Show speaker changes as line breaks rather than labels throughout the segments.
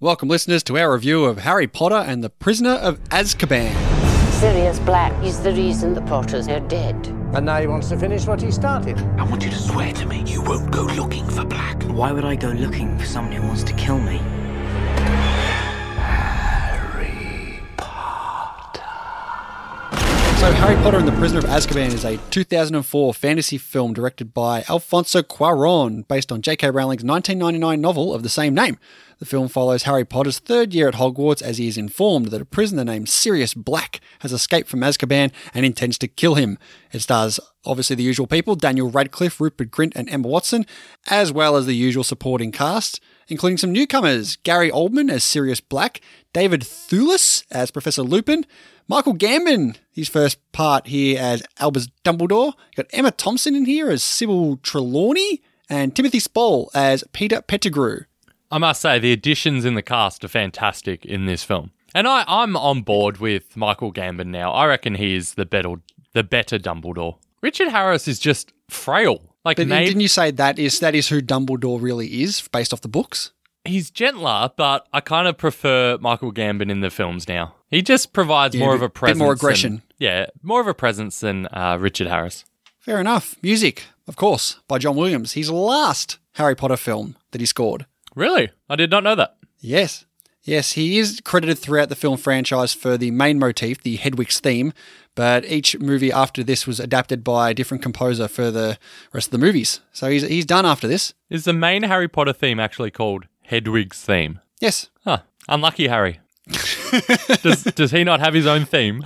Welcome, listeners, to our review of Harry Potter and the Prisoner of Azkaban.
Sirius Black is the reason the Potters are dead.
And now he wants to finish what he started.
I want you to swear to me you won't go looking for Black.
Why would I go looking for someone who wants to kill me?
So, Harry Potter and the Prisoner of Azkaban is a 2004 fantasy film directed by Alfonso Cuaron, based on J.K. Rowling's 1999 novel of the same name. The film follows Harry Potter's third year at Hogwarts as he is informed that a prisoner named Sirius Black has escaped from Azkaban and intends to kill him. It stars obviously the usual people Daniel Radcliffe, Rupert Grint, and Emma Watson, as well as the usual supporting cast, including some newcomers Gary Oldman as Sirius Black, David Thewlis as Professor Lupin, Michael Gambon, his first part here as Albus Dumbledore. You've got Emma Thompson in here as Sybil Trelawney, and Timothy Spall as Peter Pettigrew.
I must say, the additions in the cast are fantastic in this film. And I, I'm on board with Michael Gambon now. I reckon he is the better, the better Dumbledore. Richard Harris is just frail. Like,
But
maybe
didn't you say that is that is who Dumbledore really is, based off the books?
he's gentler, but I kind of prefer Michael Gambon in the films now. He just provides
Yeah,
more
a
of a
bit- bit
presence.
more
than-
aggression.
yeah, more of a presence than uh, Richard Harris.
Fair enough. Music, of course, by John Williams, his last Harry Potter film that he scored.
Really? I did not know that.
Yes. Yes, he is credited throughout the film franchise for the main motif, the Hedwig's theme, but each movie after this was adapted by a different composer for the rest of the movies. So he's, he's done after this.
Is the main Harry Potter theme actually called Hedwig's theme?
Yes.
Huh. Unlucky Harry. does, does he not have his own theme?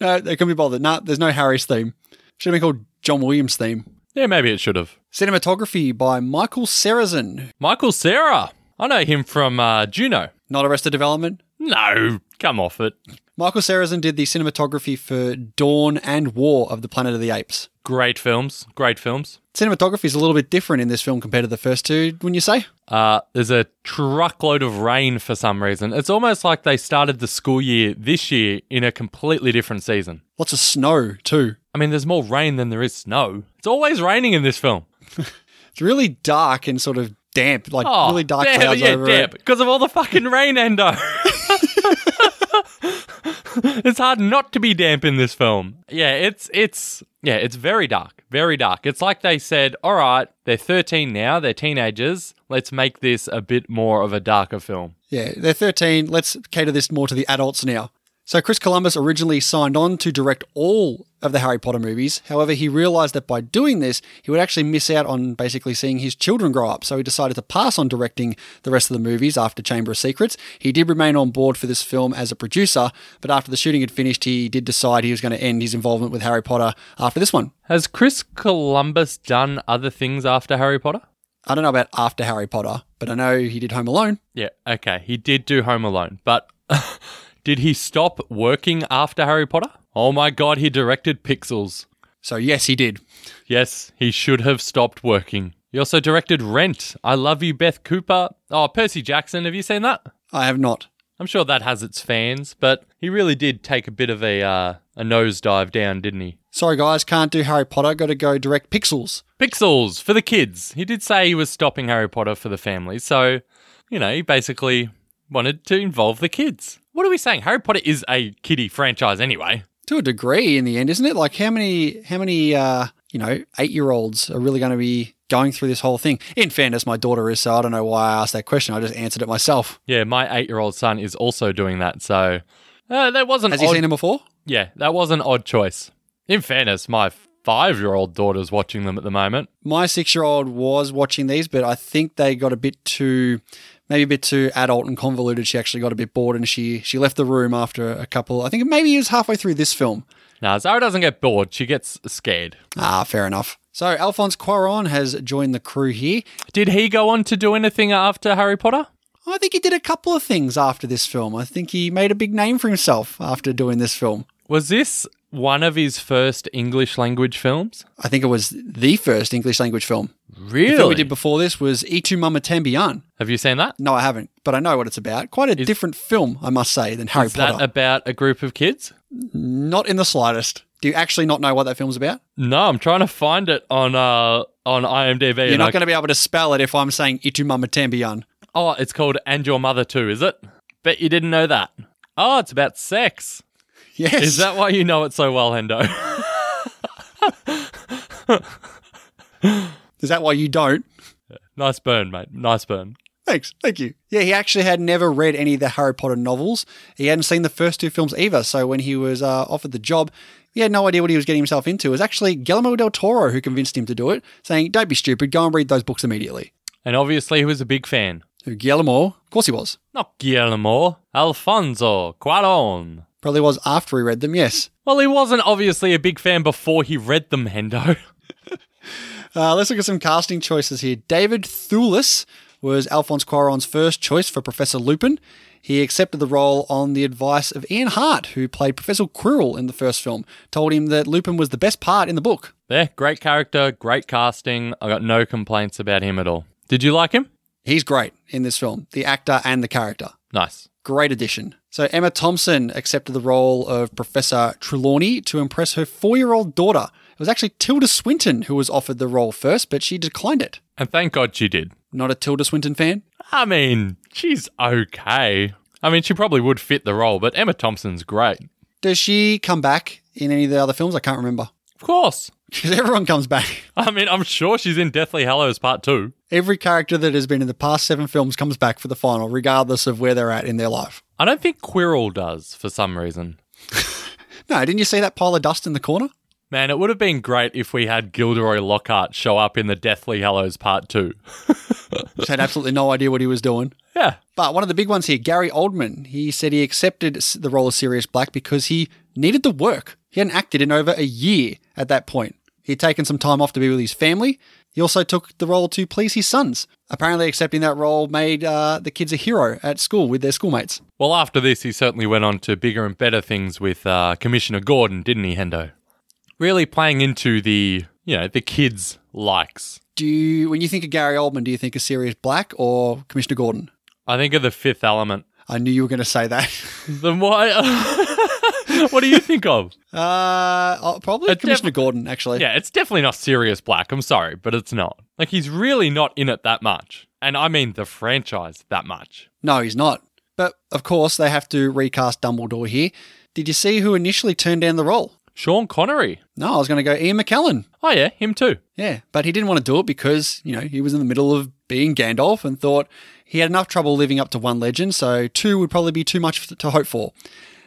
No, they couldn't be bothered. No, there's no Harry's theme. Should have been called John Williams' theme.
Yeah, maybe it should have.
Cinematography by Michael Sarrazin.
Michael Sarah. I know him from uh, Juno.
Not Arrested Development.
No, come off it.
Michael Sarrazin did the cinematography for Dawn and War of the Planet of the Apes.
Great films. Great films.
Cinematography is a little bit different in this film compared to the first two, wouldn't you say?
Uh, there's a truckload of rain for some reason. It's almost like they started the school year this year in a completely different season.
Lots of snow, too.
I mean, there's more rain than there is snow. It's always raining in this film.
It's really dark and sort of damp, like
Oh,
really dark
damn,
clouds
yeah,
over
damn,
it.
because of all the fucking rain, Endo. it's hard not to be damp in this film. Yeah, it's it's yeah, it's very dark, very dark. It's like they said, all right, they're 13 now, they're teenagers. Let's make this a bit more of a darker film.
Yeah, they're 13. Let's cater this more to the adults now. So, Chris Columbus originally signed on to direct all of the Harry Potter movies. However, he realized that by doing this, he would actually miss out on basically seeing his children grow up. So, he decided to pass on directing the rest of the movies after Chamber of Secrets. He did remain on board for this film as a producer, but after the shooting had finished, he did decide he was going to end his involvement with Harry Potter after this one.
Has Chris Columbus done other things after Harry Potter?
I don't know about after Harry Potter, but I know he did Home Alone.
Yeah, okay. He did do Home Alone, but did he stop working after Harry Potter? Oh my god, he directed Pixels.
So, yes, he did.
Yes, he should have stopped working. He also directed Rent, I Love You, Beth Cooper. Oh, Percy Jackson, have you seen that?
I have not.
I'm sure that has its fans, but he really did take a bit of a uh, a nosedive down, didn't he?
Sorry, guys, can't do Harry Potter. Got to go direct Pixels.
Pixels for the kids. He did say he was stopping Harry Potter for the family, so you know he basically wanted to involve the kids. What are we saying? Harry Potter is a kiddie franchise anyway.
To a degree, in the end, isn't it? Like, how many, how many, uh, you know, eight-year-olds are really going to be going through this whole thing? In fairness, my daughter is, so I don't know why I asked that question. I just answered it myself.
Yeah, my eight-year-old son is also doing that, so uh, that wasn't.
Has he seen them before?
Yeah, that was an odd choice. In fairness, my five-year-old daughter's watching them at the moment.
My six-year-old was watching these, but I think they got a bit too, maybe a bit too adult and convoluted. She actually got a bit bored, and she she left the room after a couple. I think maybe it was halfway through this film.
Nah, Zara doesn't get bored; she gets scared.
Ah, fair enough. So Alphonse Cuaron has joined the crew here.
Did he go on to do anything after Harry Potter?
I think he did a couple of things after this film. I think he made a big name for himself after doing this film.
Was this one of his first English language films?
I think it was the first English language film.
Really?
The film we did before this was Itu Mama Tambien.
Have you seen that?
No, I haven't, but I know what it's about. Quite a different film, I must say, than Harry
Is that
Potter.
about a group of kids?
not in the slightest. Do you actually not know what that film's about?
No, I'm trying to find it on uh on IMDb.
You're
and
not
I-
going to be able to spell it if I'm saying Itu E Mama Tambien.
Oh, it's called And Your Mother Too, is it? Bet you didn't know that. Oh, it's about sex.
Yes.
Is that why you know it so well, Hendo?
Is that why you don't?
nice burn, mate. Nice burn.
Thanks. Thank you. Yeah, he actually had never read any of the Harry Potter novels. He hadn't seen the first two films either. So when he was uh, offered the job, he had no idea what he was getting himself into. It was actually Guillermo del Toro who convinced him to do it, saying, Don't be stupid, go and read those books immediately.
And obviously, he was a big fan.
So Guillermo, of course he was.
Not Guillermo, Alfonso Cuaron.
Probably was after he read them, yes.
Well, he wasn't obviously a big fan before he read them, Hendo.
Uh, let's look at some casting choices here. David Thewlis was Alphonse Cuaron's first choice for Professor Lupin. He accepted the role on the advice of Ian Hart, who played Professor Quirrell in the first film, told him that Lupin was the best part in the book.
there, great character, great casting. I got no complaints about him at all. Did you like him?
He's great in this film, the actor and the character.
Nice.
Great addition. So Emma Thompson accepted the role of Professor Trelawney to impress her four-year-old daughter. It was actually Tilda Swinton who was offered the role first, but she declined it.
And thank God she did.
Not a Tilda Swinton fan?
I mean, she's okay. I mean, she probably would fit the role, but Emma Thompson's great.
Does she come back in any of the other films? I can't remember.
Of course.
Because everyone comes back.
I mean, I'm sure she's in Deathly Hallows Part 2.
Every character that has been in the past seven films comes back for the final, regardless of where they're at in their life.
I don't think Quirrell does for some reason.
No, didn't you see that pile of dust in the corner?
Man, it would have been great if we had Gilderoy Lockhart show up in the Deathly Hallows Part 2.
Just had absolutely no idea what he was doing.
Yeah.
But one of the big ones here, Gary Oldman, he said he accepted s- the role of Sirius Black because he needed the work. He hadn't acted in over a year at that point. He'd taken some time off to be with his family. He also took the role to please his sons. Apparently, accepting that role made uh, the kids a hero at school with their schoolmates.
Well, after this, he certainly went on to bigger and better things with uh, Commissioner Gordon, didn't he, Hendo? Really playing into the, you know, the kids' likes.
Do you, when you think of Gary Oldman, do you think of Sirius Black or Commissioner Gordon?
I think of the fifth element.
I knew you were going to say that.
Then why? what do you think of?
Uh, oh, probably
Uh,
Commissioner
def-
Gordon, actually.
Yeah, it's definitely not serious black. I'm sorry, but it's not. Like he's really not in it that much, and I mean the franchise that much.
No, he's not. But of course, they have to recast Dumbledore here. Did you see who initially turned down the role?
Sean Connery.
No, I was going to go Ian McKellen.
Oh yeah, him too.
Yeah, but he didn't want to do it because, you know, he was in the middle of being Gandalf and thought he had enough trouble living up to one legend, so two would probably be too much f- to hope for.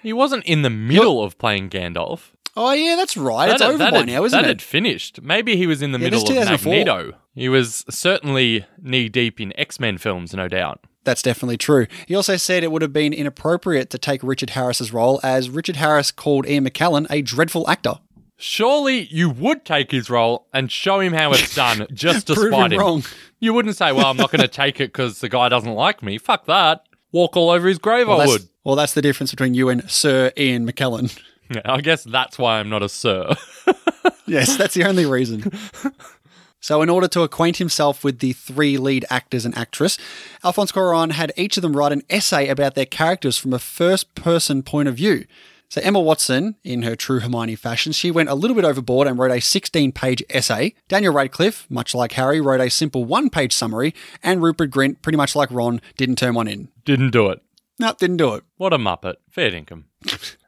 He wasn't in the middle of playing Gandalf.
Oh, yeah, that's right. it's
had-
over by
had-
now, isn't
that
it?
had finished. Maybe he was in the
Yeah, it
middle
was
of
2004.
Magneto. He was certainly knee deep in X Men films, no doubt.
That's definitely true. He also said it would have been inappropriate to take Richard Harris's role, as Richard Harris called Ian McKellen a dreadful actor.
Surely you would take his role and show him how it's done, just to
Prove
spite
him
him.
wrong.
You wouldn't say, "Well, I'm not going to take it because the guy doesn't like me." Fuck that. Walk all over his grave. I
that's,
would.
well, that's the difference between you and Sir Ian McKellen.
Yeah, I guess that's why I'm not a sir.
Yes, that's the only reason. So, in order to acquaint himself with the three lead actors and actress, Alphonse Cuaron had each of them write an essay about their characters from a first person point of view. So, Emma Watson, in her true Hermione fashion, she went a little bit overboard and wrote a 16 page essay. Daniel Radcliffe, much like Harry, wrote a simple one page summary. And Rupert Grint, pretty much like Ron, didn't turn one in.
Didn't do it.
Nope, didn't do it.
What a muppet. Fair dinkum.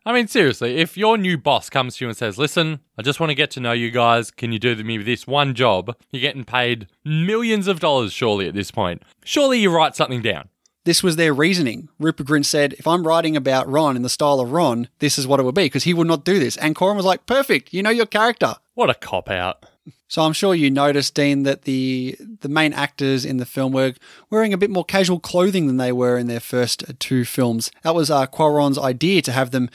I mean, seriously, if your new boss comes to you and says, listen, I just want to get to know you guys. Can you do me this one job? You're getting paid millions of dollars, surely, at this point. Surely you write something down.
This was their reasoning. Rupert Grint said, if I'm writing about Ron in the style of Ron, this is what it would be, because he would not do this. And Corin was like, perfect, you know your character.
What a cop out.
So I'm sure you noticed, Dean, that the the main actors in the film were wearing a bit more casual clothing than they were in their first two films. That was uh, Quaron's idea to have them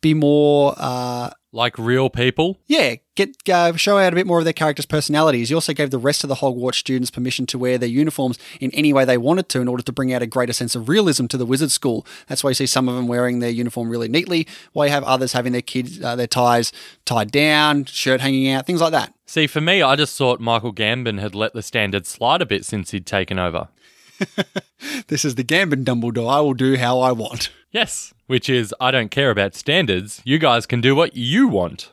be more, uh,
Like real people.
yeah, get uh, show out a bit more of their characters' personalities. He also gave the rest of the Hogwarts students permission to wear their uniforms in any way they wanted to in order to bring out a greater sense of realism to the wizard school. That's why you see some of them wearing their uniform really neatly, while you have others having their kids uh, their ties tied down, shirt hanging out, things like that.
See, for me, I just thought Michael Gambon had let the standard slide a bit since he'd taken over.
This is the Gambin Dumbledore. I will do how I want.
Yes, which is, I don't care about standards. You guys can do what you want.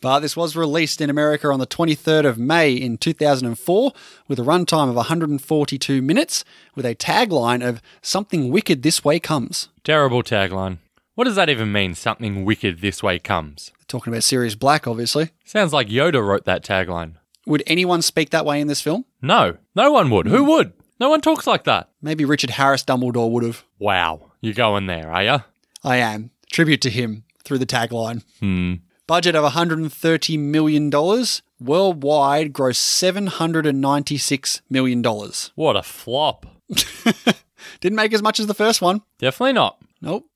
But this was released in America on the 23rd of May in 2004 with a runtime of 142 minutes with a tagline of Something Wicked This Way Comes.
Terrible tagline. What does that even mean? Something wicked this way comes.
Talking about Sirius Black, obviously.
Sounds like Yoda wrote that tagline.
Would anyone speak that way in this film?
No, no one would. Who would? No one talks like that.
Maybe Richard Harris Dumbledore would have.
Wow, you're going there, are ya?
I am. Tribute to him through the tagline. Budget of $130 million. Worldwide gross $796 million.
What a flop.
Didn't make as much as the first one.
Definitely not.
Nope.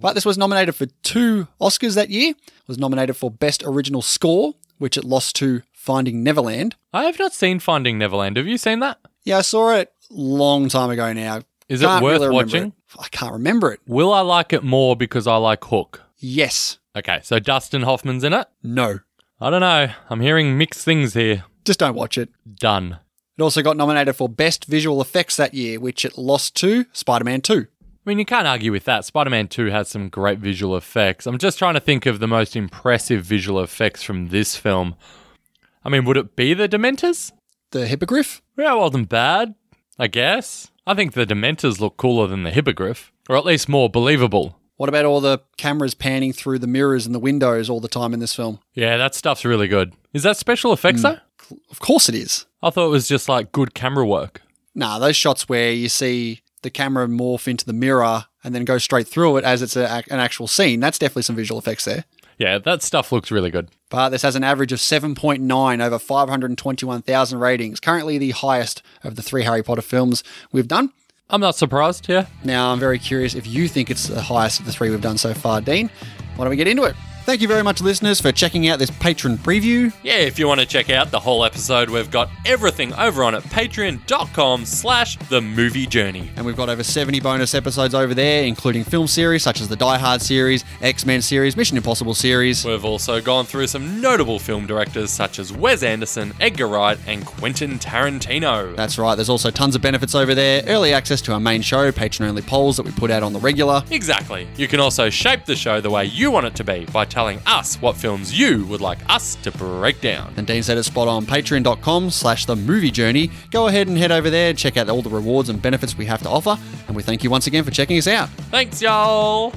But this was nominated for two Oscars that year. It was nominated for Best Original Score, which it lost to Finding Neverland.
I have not seen Finding Neverland. Have you seen that?
Yeah, I saw it long time ago now.
Is it worth
remember
watching?
it. I can't remember it.
Will I like it more because I like Hook?
Yes.
Okay, so Dustin Hoffman's in it?
No.
I don't know. I'm hearing mixed things here.
Just don't watch it.
Done.
It also got nominated for Best Visual Effects that year, which it lost to Spider Man 2.
I mean, you can't argue with that. Spider Man 2 has some great visual effects. I'm just trying to think of the most impressive visual effects from this film. I mean, would it be the Dementors?
The Hippogriff?
Yeah, wasn't bad, I guess. I think the Dementors look cooler than the Hippogriff, or at least more believable.
What about all the cameras panning through the mirrors and the windows all the time in this film?
Yeah, that stuff's really good. Is that special effects though?
Of course it is.
I thought it was just like good camera work.
Nah, those shots where you see the camera morph into the mirror and then go straight through it as it's a, an actual scene, that's definitely some visual effects there.
Yeah, that stuff looks really good.
But this has an average of 7.9 over 521,000 ratings, currently the highest of the three Harry Potter films we've done.
I'm not surprised, yeah.
Now, I'm very curious if you think it's the highest of the three we've done so far, Dean. Why don't we get into it? Thank you very much, listeners, for checking out this patron preview.
Yeah, if you want to check out the whole episode, we've got everything over on at patreon.com slash the movie journey.
And we've got over 70 bonus episodes over there, including film series such as the Die Hard series, X Men series, Mission Impossible series.
We've also gone through some notable film directors such as Wes Anderson, Edgar Wright, and Quentin Tarantino.
That's right, there's also tons of benefits over there early access to our main show, patron only polls that we put out on the regular.
Exactly. You can also shape the show the way you want it to be by telling us what films you would like us to break down.
And Dean said it's spot on patreon.com slash the movie journey. Go ahead and head over there, check out all the rewards and benefits we have to offer. And we thank you once again for checking us out.
Thanks, y'all!